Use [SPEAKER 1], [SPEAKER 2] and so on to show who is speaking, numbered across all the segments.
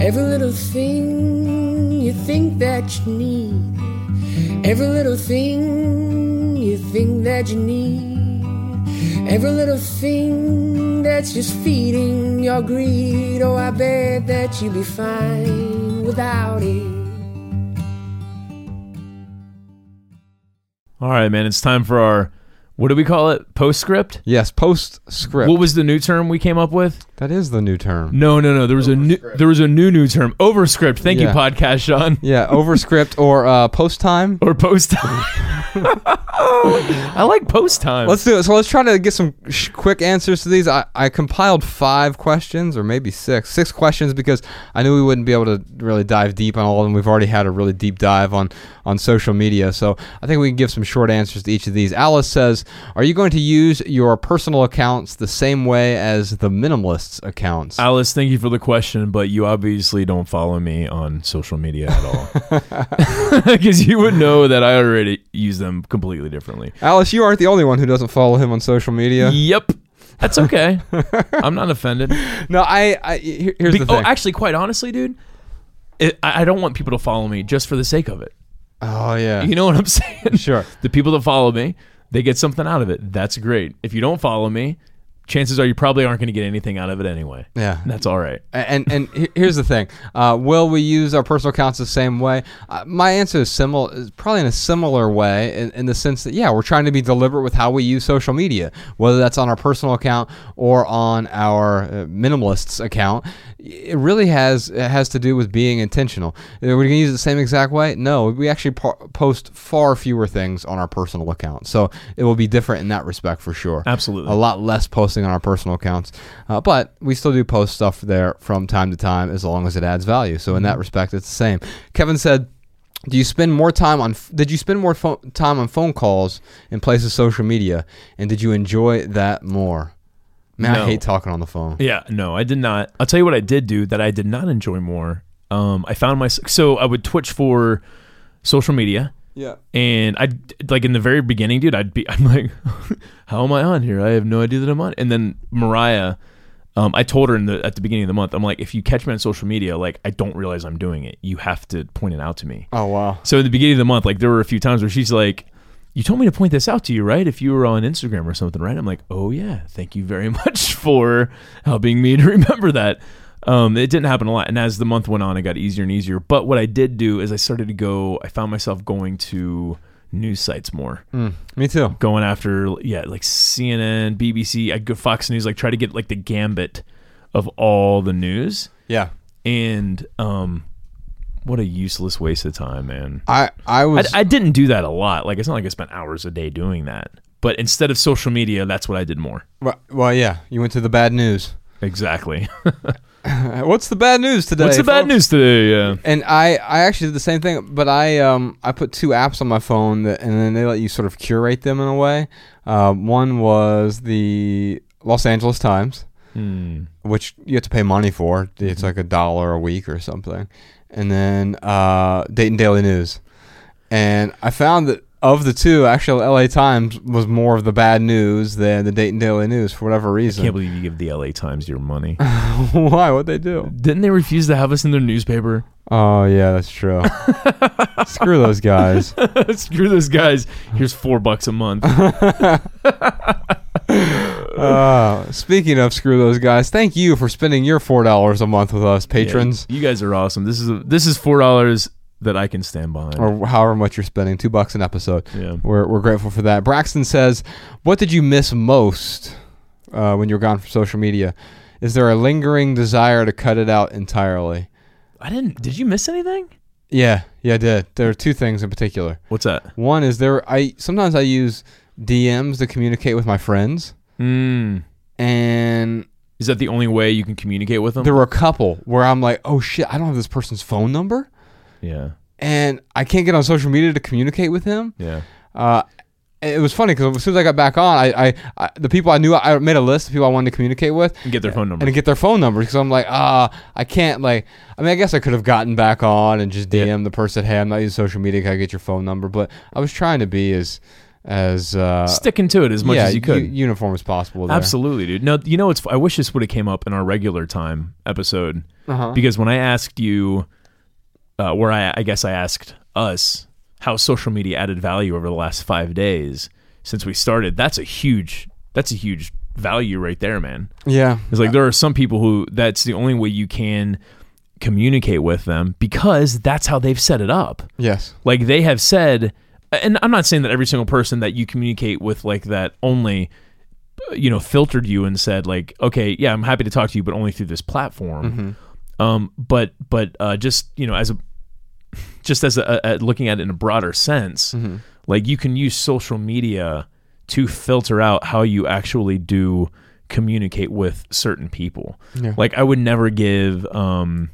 [SPEAKER 1] Every little thing you think that you need. Every little thing you think that you need. Every little thing that's just feeding your greed. Oh, I bet that you'd be fine without it.
[SPEAKER 2] All right, man. It's time for our what do we call it? Postscript.
[SPEAKER 3] Yes, postscript.
[SPEAKER 2] What was the new term we came up with?
[SPEAKER 3] that is the new term.
[SPEAKER 2] No, no, no. There was a new there was a new new term. Overscript. Thank you,
[SPEAKER 3] Yeah.
[SPEAKER 2] podcast Sean.
[SPEAKER 3] Yeah, overscript or uh, post time.
[SPEAKER 2] Or post time. I like post time.
[SPEAKER 3] Let's do it. So let's try to get some sh- quick answers to these. I, I compiled five questions or maybe six, six questions because I knew we wouldn't be able to really dive deep on all of them. We've already had a really deep dive on on social media, so I think we can give some short answers to each of these. Alice says, "Are you going to use your personal accounts the same way as the minimalists accounts?"
[SPEAKER 2] Alice, thank you for the question, but you obviously don't follow me on social media at all. Because you would know that I already use them completely differently.
[SPEAKER 3] Alice, you aren't the only one who doesn't follow him on social media.
[SPEAKER 2] Yep. That's okay. I'm not offended.
[SPEAKER 3] No, I. I here- here's
[SPEAKER 2] Be-
[SPEAKER 3] the
[SPEAKER 2] oh,
[SPEAKER 3] thing.
[SPEAKER 2] actually, quite honestly, dude, it, I, I don't want people to follow me just for the sake of it.
[SPEAKER 3] oh yeah.
[SPEAKER 2] You know what I'm saying?
[SPEAKER 3] Sure.
[SPEAKER 2] The people that follow me, they get something out of it. That's great. If you don't follow me, chances are you probably aren't going to get anything out of it anyway.
[SPEAKER 3] Yeah.
[SPEAKER 2] That's all right.
[SPEAKER 3] and and he- here's the thing: uh, Will we use our personal accounts the same way? Uh, my answer is similar, is probably in a similar way, in, in the sense that yeah, we're trying to be deliberate with how we use social media, whether that's on our personal account or on our uh, minimalists account. It really has it has to do with being intentional. Are we going to use it the same exact way? No, we actually po- post far fewer things on our personal account, so it will be different in that respect for sure.
[SPEAKER 2] Absolutely.
[SPEAKER 3] A a lot less posting on our personal accounts, uh, but we still do post stuff there from time to time as long as it adds value. So in
[SPEAKER 2] Mm-hmm.
[SPEAKER 3] that respect, it's the same. Kevin said, "Do you spend more time on? f- Did you spend more pho- time on phone calls in place of social media? And did you enjoy that more?" Man,
[SPEAKER 2] No.
[SPEAKER 3] I hate talking on the phone.
[SPEAKER 2] Yeah, no, I did not. I'll tell you what I did do that I did not enjoy more. Um, I found my so I would twitch for social media,
[SPEAKER 3] Yeah.
[SPEAKER 2] and I like in the very beginning, dude. I'd be I'm like, how am I on here? I have no idea that I'm on. And then Mariah, um, I told her in the at the beginning of the month, I'm like, if you catch me on social media, like I don't realize I'm doing it. You have to point it out to me.
[SPEAKER 3] Oh wow.
[SPEAKER 2] So at the beginning of the month, like there were a few times where she's like, "You told me to point this out to you, right? If you were on Instagram or something, right?" I'm like, "Oh yeah, thank you very much for helping me to remember that." Um, it didn't happen a lot, and as the month went on, it got easier and easier. But what I did do is I started to go. I found myself going to news sites more,
[SPEAKER 3] Mm. Me too.
[SPEAKER 2] going after yeah, like CNN, BBC, I go Fox News, like try to get like the gambit of all the news,
[SPEAKER 3] Yeah.
[SPEAKER 2] and um, what a useless waste of time, man.
[SPEAKER 3] I I
[SPEAKER 2] I,
[SPEAKER 3] was
[SPEAKER 2] I didn't do that a lot. Like it's not like I spent hours a day doing that. But instead of social media, that's what I did more.
[SPEAKER 3] well, well. Yeah, you went to the bad news.
[SPEAKER 2] Exactly.
[SPEAKER 3] Uh, What's the bad news today?
[SPEAKER 2] What's the bad
[SPEAKER 3] folks?
[SPEAKER 2] news today? Uh, Yeah.
[SPEAKER 3] And I, I actually did the same thing, but I um I put two apps on my phone that, and then they let you sort of curate them in a way. Uh, one was the Los Angeles Times,
[SPEAKER 2] Hmm.
[SPEAKER 3] which you have to pay money for.
[SPEAKER 2] Mm-hmm.
[SPEAKER 3] It's like a dollar a week or something, and then uh, Dayton Daily News. And I found that of the two, actually, L.A. Times was more of the bad news than the Dayton Daily News for whatever
[SPEAKER 2] I can't
[SPEAKER 3] reason.
[SPEAKER 2] believe you give the LA Times your money.
[SPEAKER 3] Why? What'd they do?
[SPEAKER 2] Didn't they refuse to have us in their newspaper?
[SPEAKER 3] Oh yeah, that's true. Screw those guys.
[SPEAKER 2] Screw those guys. Here's four bucks a month.
[SPEAKER 3] Uh, speaking of screw those guys, thank you for spending your four dollars a month with us, patrons,
[SPEAKER 2] Yeah, you guys are awesome. This is this is four dollars that I can stand behind.
[SPEAKER 3] or however much you're spending, two bucks an episode.
[SPEAKER 2] Yeah.
[SPEAKER 3] We're we're grateful for that. Braxton says, "What did you miss most uh, when you were gone from social media? Is there a lingering desire to cut it out entirely?"
[SPEAKER 2] I didn't. Did you miss anything?
[SPEAKER 3] Yeah, yeah, I did. There are two things in particular.
[SPEAKER 2] What's that?
[SPEAKER 3] One is there. I sometimes I use DMs to communicate with my friends,
[SPEAKER 2] Mm.
[SPEAKER 3] and
[SPEAKER 2] Is that the only way you can communicate with them?
[SPEAKER 3] there were a couple where I'm like, "Oh shit, I don't have this person's phone number."
[SPEAKER 2] yeah.
[SPEAKER 3] and I can't get on social media to communicate with him.
[SPEAKER 2] Yeah.
[SPEAKER 3] Uh, it was funny because as soon as I got back on, I, I, I the people I knew, I made a list of people I wanted to communicate with
[SPEAKER 2] And get their phone number.
[SPEAKER 3] and to get their phone numbers because I'm like, ah, I can't like. I mean, I guess I could have gotten back on and just DM the person, hey, I'm not using social media. Can I get your phone number? But I was trying to be as as uh,
[SPEAKER 2] sticking to it as much
[SPEAKER 3] yeah,
[SPEAKER 2] as you could.
[SPEAKER 3] u- uniform as possible. There.
[SPEAKER 2] Absolutely, dude. No, you know it's. I wish this would have came up in our regular time episode
[SPEAKER 3] Uh-huh.
[SPEAKER 2] because when I asked you, uh, where I, I guess I asked us how social media added value over the last five days since we started. That's a huge. That's a huge value right there, man.
[SPEAKER 3] Yeah,
[SPEAKER 2] It's like there are some people who that's the only way you can communicate with them because that's how they've set it up
[SPEAKER 3] yes,
[SPEAKER 2] like they have said and i'm not saying that every single person that you communicate with like that only you know filtered you and said like okay yeah i'm happy to talk to you but only through this platform um but but uh just you know as a just as a, a looking at it in a broader sense like you can use social media to filter out how you actually do communicate with certain people
[SPEAKER 3] Yeah.
[SPEAKER 2] like i would never give um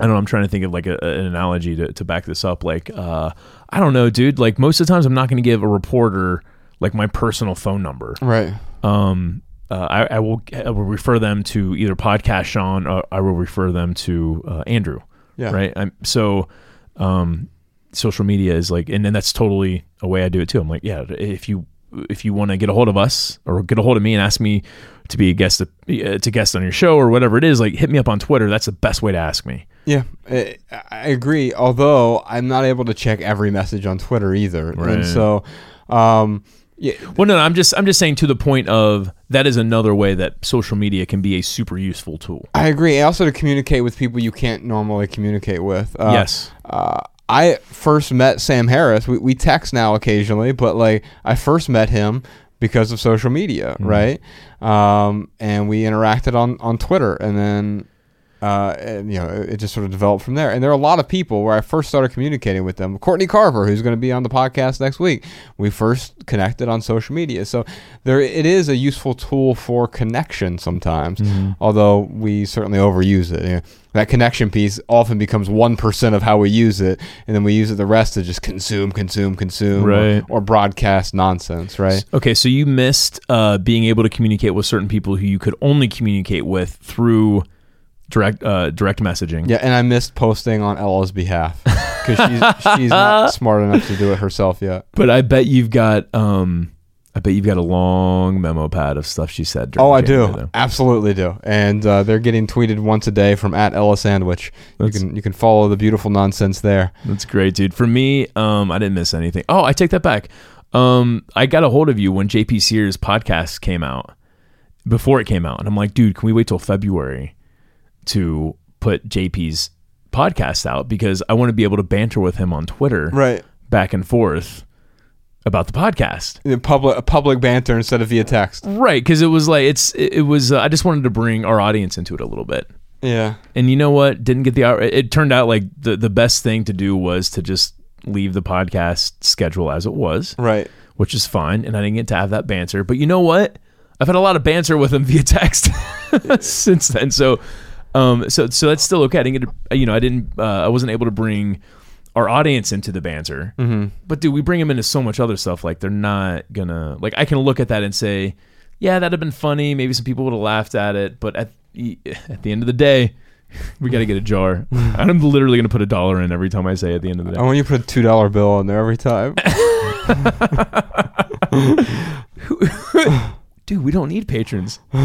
[SPEAKER 2] I don't know. I'm trying to think of like a, an analogy to, to back this up. Like, uh, I don't know, dude. Like most of the times, I'm not going to give a reporter like my personal phone number.
[SPEAKER 3] right.
[SPEAKER 2] Um, uh, I, I will I will refer them to either podcast Sean or I will refer them to uh, Andrew.
[SPEAKER 3] Yeah.
[SPEAKER 2] Right. I'm, so, um, social media is like, and then that's totally a way I do it too. I'm like, yeah, if you if you want to get a hold of us or get a hold of me and ask me to be a guest uh, to guest on your show or whatever it is, like hit me up on Twitter. That's the best way to ask me.
[SPEAKER 3] Yeah, eh, I, I agree. Although I'm not able to check every message on Twitter either,
[SPEAKER 2] Right.
[SPEAKER 3] and so um, yeah,
[SPEAKER 2] Well, no, no, I'm just I'm just saying to the point of that is another way that social media can be a super useful tool.
[SPEAKER 3] I agree. Also, to communicate with people you can't normally communicate with. Uh,
[SPEAKER 2] Yes.
[SPEAKER 3] Uh, I first met Sam Harris. We, we text now occasionally, but like I first met him because of social media,
[SPEAKER 2] Mm-hmm.
[SPEAKER 3] right? Um, and we interacted on, on Twitter, and then uh, and, you know it, it just sort of developed from there. And there are a lot of people where I first started communicating with them. Courtney Carver, who's going to be on the podcast next week, we first connected on social media. So there, it is a useful tool for connection sometimes, although we certainly overuse it. you know. That connection piece often becomes one percent of how we use it, and then we use it the rest to just consume, consume, consume, or-
[SPEAKER 2] Right.
[SPEAKER 3] or, broadcast nonsense, right?
[SPEAKER 2] Okay, so you missed uh, being able to communicate with certain people who you could only communicate with through direct uh, direct messaging.
[SPEAKER 3] Yeah, and I missed posting on Ella's behalf because she's, she's not smart enough to do it herself yet.
[SPEAKER 2] But I bet you've got um, I bet you've got a long memo pad of stuff she said. During
[SPEAKER 3] Oh, I
[SPEAKER 2] January,
[SPEAKER 3] do,
[SPEAKER 2] though.
[SPEAKER 3] absolutely do, and uh, they're getting tweeted once a day from at Ella Sandwich. You
[SPEAKER 2] That's-
[SPEAKER 3] can you can follow the beautiful nonsense there.
[SPEAKER 2] That's great, dude. For me, um, I didn't miss anything. Oh, I take that back. Um, I got a hold of you when JP Sears podcast came out before it came out, and I'm like, dude, can we wait till February to put JP's podcast out because I want to be able to banter with him on Twitter,
[SPEAKER 3] Right,
[SPEAKER 2] back and forth about the podcast.
[SPEAKER 3] public public banter instead of via text.
[SPEAKER 2] Right, because it was like it's it, it was. Uh, I just wanted to bring our audience into it a little bit.
[SPEAKER 3] Yeah,
[SPEAKER 2] And you know what? Didn't get the hour. It turned out like the the best thing to do was to just leave the podcast schedule as it was,
[SPEAKER 3] right.
[SPEAKER 2] which is fine. And I didn't get to have that banter. But you know what? I've had a lot of banter with him via text since then. So, um, so so that's still okay. I didn't get to, you know I didn't uh, I wasn't able to bring our audience into the banter. Mm-hmm. But dude, we bring them into so much other stuff. Like they're not gonna like I can look at that and say, yeah, that'd have been funny. Maybe some people would have laughed at it. But at e, at the end of the day. We got to get a jar. I'm literally going to put a dollar in every time I say at the end of the day.
[SPEAKER 3] I want you to put a two dollar bill in there every time.
[SPEAKER 2] Dude, we don't need patrons.
[SPEAKER 3] we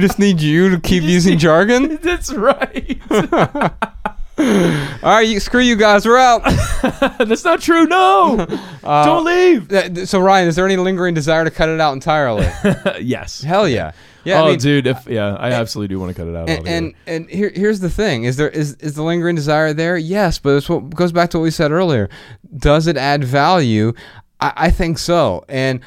[SPEAKER 3] just need you to keep using jargon.
[SPEAKER 2] That's right.
[SPEAKER 3] All right, you, screw you guys. We're out.
[SPEAKER 2] That's not true. No, don't leave.
[SPEAKER 3] Uh, th- so Ryan, is there any lingering desire to cut it out entirely?
[SPEAKER 2] yes.
[SPEAKER 3] Hell yeah. Yeah.
[SPEAKER 2] oh,
[SPEAKER 3] I mean, uh,
[SPEAKER 2] dude. If, yeah, I absolutely do want to cut it out.
[SPEAKER 3] And,
[SPEAKER 2] altogether.
[SPEAKER 3] and and here here's the thing: is there is is the lingering desire there? Yes, but it's what goes back to what we said earlier. Does it add value? I, I think so. And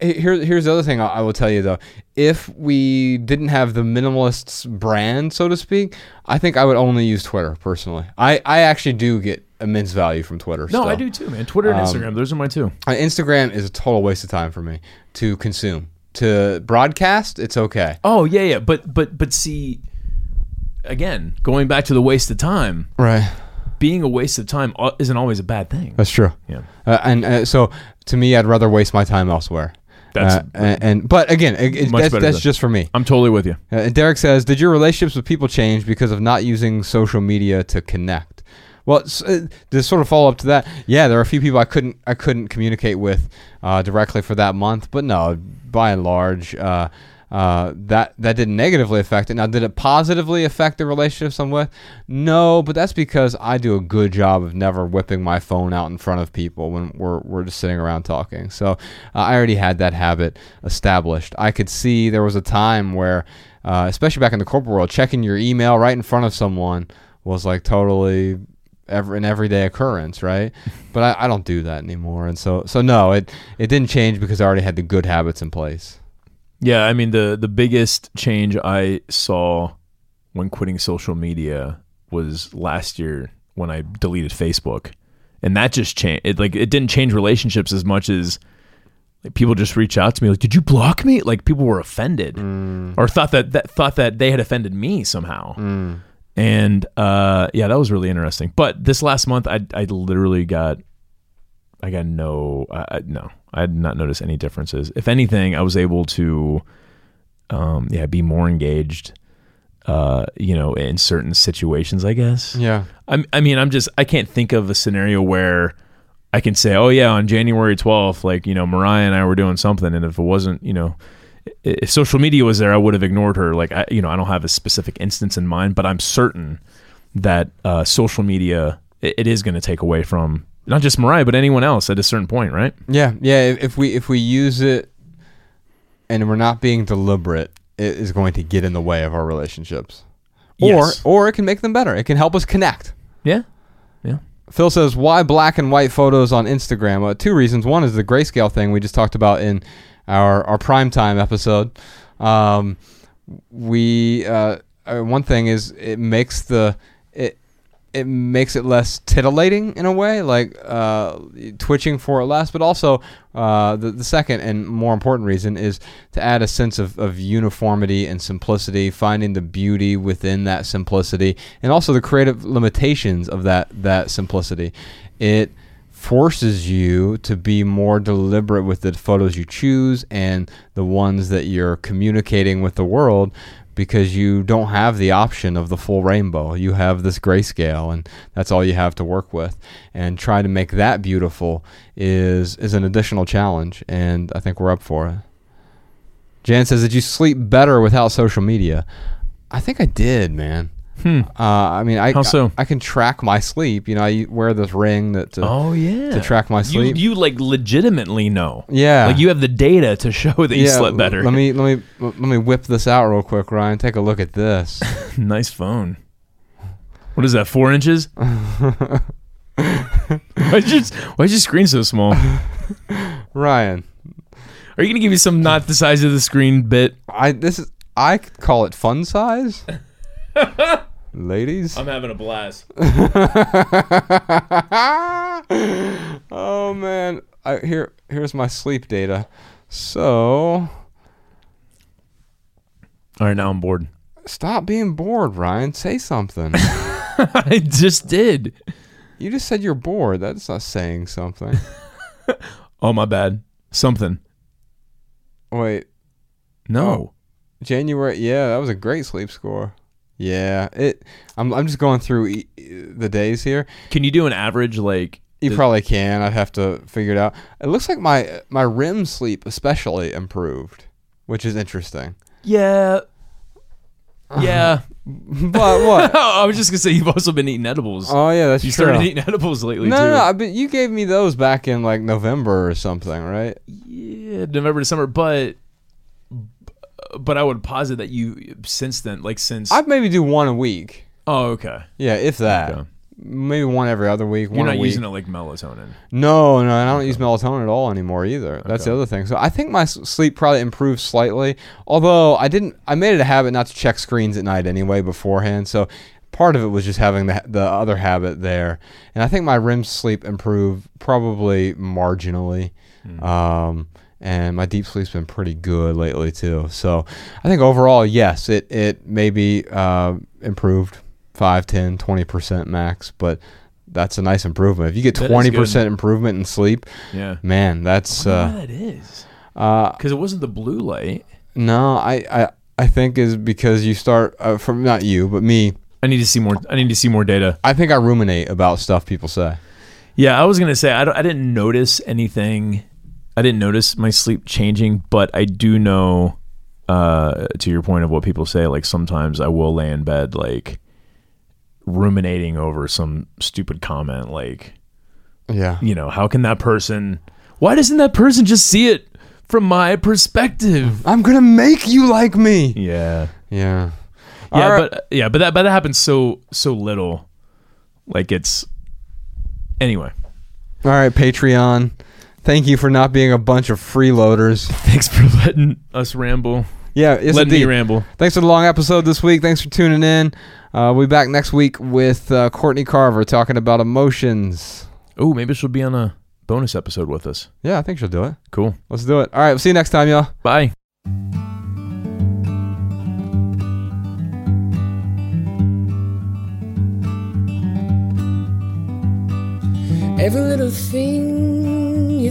[SPEAKER 3] he- here here's the other thing I, I will tell you though: if we didn't have the minimalists brand, so to speak, I think I would only use Twitter personally. I I actually do get immense value from Twitter.
[SPEAKER 2] no, I
[SPEAKER 3] still.
[SPEAKER 2] do
[SPEAKER 3] Um,
[SPEAKER 2] too, man. Twitter and Instagram, those are my two.
[SPEAKER 3] Uh, Instagram is a total waste of time for me to consume. To broadcast, it's okay.
[SPEAKER 2] Oh yeah, yeah. But but but see, again, going back to the waste of time,
[SPEAKER 3] Right.
[SPEAKER 2] being a waste of time uh, isn't always a bad thing.
[SPEAKER 3] That's true.
[SPEAKER 2] Yeah.
[SPEAKER 3] Uh, and uh, so, to me, I'd rather waste my time elsewhere.
[SPEAKER 2] That's-
[SPEAKER 3] Uh, and, and- but again, it, it-
[SPEAKER 2] Much
[SPEAKER 3] that's,
[SPEAKER 2] better
[SPEAKER 3] that's
[SPEAKER 2] than-
[SPEAKER 3] just for me.
[SPEAKER 2] I'm totally with you.
[SPEAKER 3] Uh, Derek says, "Did your relationships with people change because of not using social media to connect?" Well, s- uh, to sort of follow up to that, yeah, there are a few people I couldn't I couldn't communicate with uh, directly for that month, but no, by and large, uh, uh, that that didn't negatively affect it. Now, did it positively affect the relationships I'm with? No, but that's because I do a good job of never whipping my phone out in front of people when we're we're just sitting around talking. So uh, I already had that habit established. I could see there was a time where, uh, especially back in the corporate world, checking your email right in front of someone was like totally ever an everyday occurrence, right? But I, I don't do that anymore, and so so no, it it didn't change because I already had the good habits in place.
[SPEAKER 2] Yeah, I mean the the biggest change I saw when quitting social media was last year when I deleted Facebook, and that just changed. It like it didn't change relationships as much as like people just reach out to me like, "Did you block me?" Like people were offended or thought that, that thought that they had offended me somehow. And uh, yeah, that was really interesting. But this last month, I I literally got I got no, I, I- no, I did not notice any differences. If anything, I was able to, um, yeah, be more engaged, uh, you know, in certain situations, I guess.
[SPEAKER 3] Yeah,
[SPEAKER 2] I'm, I mean, I'm just, I can't think of a scenario where I can say, oh, yeah, on January 12th, like, you know, Mariah and I were doing something. And if it wasn't, you know, i- if social media was there, I would have ignored her. Like, I, you know, I don't have a specific instance in mind, but I'm certain that uh, social media, it, it is going to take away from not just Mariah, but anyone else at a certain point, right?
[SPEAKER 3] yeah, yeah. If, if we if we use it, and we're not being deliberate, it is going to get in the way of our relationships,
[SPEAKER 2] Yes.
[SPEAKER 3] or or it can make them better. It can help us connect.
[SPEAKER 2] Yeah. Yeah.
[SPEAKER 3] Phil says, why black and white photos on Instagram? Uh, two reasons. One is the grayscale thing we just talked about in our, our primetime episode. Um, we uh, uh, one thing is it makes the it it makes it less titillating in a way, like uh, twitching for it less. But also uh, the the second and more important reason is to add a sense of, of uniformity and simplicity, finding the beauty within that simplicity, and also the creative limitations of that that simplicity. It forces you to be more deliberate with the photos you choose and the ones that you're communicating with the world because you don't have the option of the full rainbow. You have this grayscale and that's all you have to work with. And trying to make that beautiful is is an additional challenge and I think we're up for it. Jan says, Did you sleep better without social media? I think I did, man.
[SPEAKER 2] Hmm.
[SPEAKER 3] Uh, I mean, I,
[SPEAKER 2] How so?
[SPEAKER 3] I, I can track my sleep. You know, I wear this ring that uh, to,
[SPEAKER 2] Oh, yeah.
[SPEAKER 3] to track my
[SPEAKER 2] You,
[SPEAKER 3] sleep.
[SPEAKER 2] you like legitimately know.
[SPEAKER 3] yeah,
[SPEAKER 2] Like you have the data to show that you slept
[SPEAKER 3] l-
[SPEAKER 2] better.
[SPEAKER 3] Let me let me let me whip this out real quick, Ryan. Take a look at this.
[SPEAKER 2] nice phone. What is that? Four inches? why's your Why's your screen so small?
[SPEAKER 3] Ryan,
[SPEAKER 2] Are you gonna give me some not the size of the screen bit?
[SPEAKER 3] I this is I could call it fun size. Ladies.
[SPEAKER 2] I'm having a blast.
[SPEAKER 3] oh man. I here here's my sleep data. So
[SPEAKER 2] All right, now I'm bored.
[SPEAKER 3] stop being bored, Ryan. Say something.
[SPEAKER 2] I just did.
[SPEAKER 3] you just said you're bored. That's not saying something.
[SPEAKER 2] Oh my bad. Something.
[SPEAKER 3] Wait.
[SPEAKER 2] No.
[SPEAKER 3] January, yeah, that was a great sleep score. Yeah, it. I'm I'm just going through e- e- the days here.
[SPEAKER 2] Can you do an average like?
[SPEAKER 3] You
[SPEAKER 2] Did-
[SPEAKER 3] probably can. I'd have to figure it out. It looks like my my REM sleep especially improved, which is interesting.
[SPEAKER 2] Yeah. Yeah. Oh,
[SPEAKER 3] But what?
[SPEAKER 2] I was just gonna say you've also been eating edibles.
[SPEAKER 3] oh yeah, that's
[SPEAKER 2] you
[SPEAKER 3] true.
[SPEAKER 2] started eating edibles lately
[SPEAKER 3] no,
[SPEAKER 2] too.
[SPEAKER 3] no, no, but you gave me those back in like November or something, right?
[SPEAKER 2] yeah, November, December, but but I would posit that you since then, like since
[SPEAKER 3] I'd maybe do one a week.
[SPEAKER 2] oh okay,
[SPEAKER 3] Yeah, if that.
[SPEAKER 2] Okay.
[SPEAKER 3] Maybe one every other week.
[SPEAKER 2] you're
[SPEAKER 3] one
[SPEAKER 2] not
[SPEAKER 3] a week.
[SPEAKER 2] using it like melatonin.
[SPEAKER 3] No, no, and I don't use melatonin at all anymore either. That's the other thing. So I think my s- sleep probably improved slightly. Although I didn't, I made it a habit not to check screens at night anyway beforehand. So part of it was just having the the other habit there, and I think my REM sleep improved probably marginally.
[SPEAKER 2] Hmm.
[SPEAKER 3] Um, and my deep sleep's been pretty good lately too. So I think overall, yes, it it maybe uh, improved 5, 10, 20 percent max, but. That's a nice improvement. If you get
[SPEAKER 2] That is
[SPEAKER 3] twenty
[SPEAKER 2] good.
[SPEAKER 3] percent improvement in sleep,
[SPEAKER 2] Yeah,
[SPEAKER 3] man, that's
[SPEAKER 2] yeah,
[SPEAKER 3] uh,
[SPEAKER 2] that is
[SPEAKER 3] uh,
[SPEAKER 2] because it wasn't the blue light.
[SPEAKER 3] no, I, I I think is because you start uh, from not you but me
[SPEAKER 2] I need to see more. I need to see more data.
[SPEAKER 3] I think I ruminate about stuff people say.
[SPEAKER 2] Yeah, I was gonna say I, don't, I didn't notice anything. I didn't notice my sleep changing, but I do know, uh, to your point of what people say, like sometimes I will lay in bed like ruminating over some stupid comment, like
[SPEAKER 3] Yeah.
[SPEAKER 2] you know, how can that person? Why doesn't that person just see it from my perspective?
[SPEAKER 3] I'm gonna make you like me.
[SPEAKER 2] Yeah,
[SPEAKER 3] Yeah.
[SPEAKER 2] yeah,
[SPEAKER 3] All right.
[SPEAKER 2] but yeah, but that but that happens so so little, like it's anyway.
[SPEAKER 3] All right, Patreon. Thank you for not being a bunch of freeloaders.
[SPEAKER 2] Thanks for letting us ramble.
[SPEAKER 3] Yeah, yes,
[SPEAKER 2] Let me
[SPEAKER 3] indeed.
[SPEAKER 2] ramble.
[SPEAKER 3] Thanks for the long episode this week. Thanks for tuning in. Uh, we'll be back next week with uh, Courtney Carver talking about emotions.
[SPEAKER 2] Oh, maybe she'll be on a bonus episode with us.
[SPEAKER 3] Yeah, I think she'll do it.
[SPEAKER 2] Cool.
[SPEAKER 3] Let's do it. All right, we'll see you next time, y'all.
[SPEAKER 2] Bye.
[SPEAKER 1] Every little thing you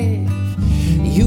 [SPEAKER 1] you